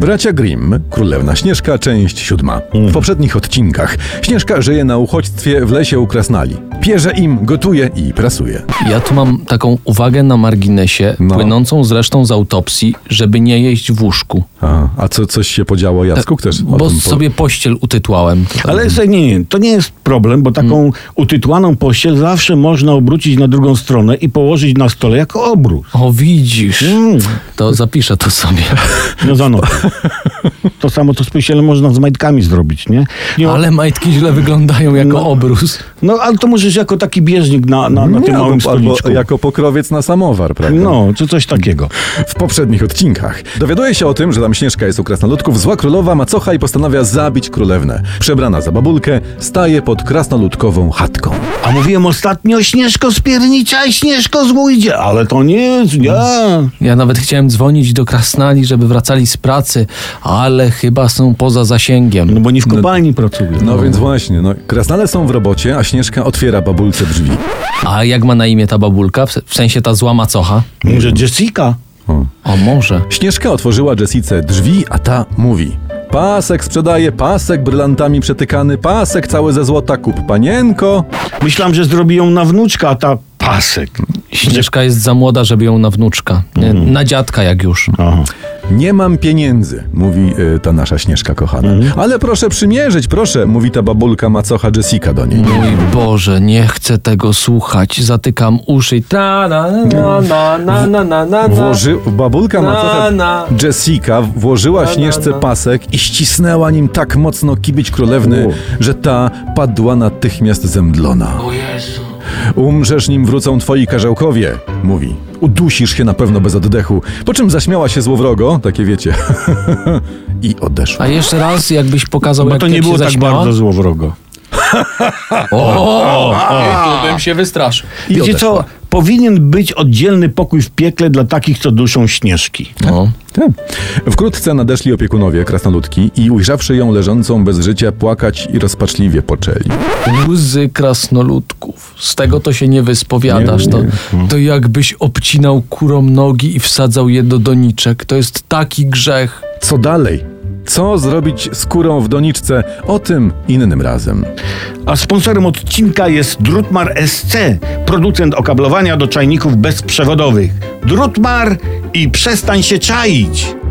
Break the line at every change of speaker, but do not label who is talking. Bracia Grimm, Królewna Śnieżka, część siódma. W poprzednich odcinkach Śnieżka żyje na uchodźstwie w lesie u Krasnali. Pierze im, gotuje i prasuje.
Ja tu mam taką uwagę na marginesie,
No.
płynącą zresztą z autopsji, żeby nie jeść w łóżku.
A, a co, coś się podziało Jacku też? o
Bo
tym po-
sobie pościel utytłałem.
Ale słuchaj, nie, nie, to nie jest problem, bo taką utytłaną pościel zawsze można obrócić na drugą stronę i położyć na stole jako obrus.
O, widzisz.
Mm.
To zapiszę to sobie.
No za nogę. To samo to z pościelem można z majtkami zrobić, nie? nie
Ale majtki źle wyglądają jako
No.
obrus.
No ale to możesz jako taki bieżnik na, na, na
Nie,
tym małym
albo, No albo
stoliczku.
jako pokrowiec na samowar, prawda?
No, czy coś takiego.
W poprzednich odcinkach dowiaduje się o tym, że tam Śnieżka jest u krasnoludków, zła królowa macocha i postanawia zabić królewnę. Przebrana za babulkę, staje pod krasnoludkową chatką.
A mówiłem ostatnio, Śnieżko z piernicza, Śnieżko z łójdzie, ale to nie, nie.
Ja nawet chciałem dzwonić do krasnali, żeby wracali z pracy, ale chyba są poza zasięgiem.
No bo nie w kopalni pracuje.
No więc właśnie, no, krasnale są w robocie, a Śnieżka otwiera babulce drzwi.
A jak ma na imię ta babulka? W se- w sensie ta zła macocha?
Może Jessica?
O.
O, może.
Śnieżka otworzyła Jessice drzwi, a ta mówi. Pasek sprzedaje, pasek brylantami przetykany, pasek cały ze złota, kup panienko.
Myślałem, że zrobi ją na wnuczka, a ta pasek.
Śnieżka jest za młoda, żeby ją na wnuczka. Nie,
Mm.
Na dziadka jak już.
Aha.
Nie mam pieniędzy, mówi y, ta nasza Śnieżka kochana. Ale proszę przymierzyć, proszę, mówi ta babulka macocha Jessica do niej.
Mój Boże, nie chcę tego słuchać. Zatykam uszy. i Ta, na, na, na, na, na, na, na, na.
Włoży... Babulka
Na,
macocha
na.
Jessica włożyła
na,
Śnieżce
na.
pasek i ścisnęła nim tak mocno kibić królewny, że ta padła natychmiast zemdlona.
O Jezu.
Umrzesz, nim wrócą twoi karzełkowie, mówi. Udusisz się na pewno bez oddechu. Po czym zaśmiała się złowrogo, takie wiecie, i odeszła.
A jeszcze raz, jakbyś pokazał,
Bo
jak
to nie
jak
było
się
tak
zaśmiała?
bardzo złowrogo.
O, tu bym się wystraszył.
I
Wiecie
odeszła.
co? Powinien być oddzielny pokój w piekle dla takich, co duszą śnieżki.
No.
Tak. Wkrótce nadeszli opiekunowie krasnoludki i ujrzawszy ją leżącą bez życia, płakać i rozpaczliwie poczęli.
Łzy krasnoludków. Z tego to się nie wyspowiadasz. To, to jakbyś obcinał kurom nogi i wsadzał je do doniczek. To jest taki grzech.
Co dalej? Co zrobić z kurą w doniczce? O tym innym razem.
A sponsorem odcinka jest Drutmar SC, producent okablowania do czajników bezprzewodowych. Drutmar i przestań się czaić!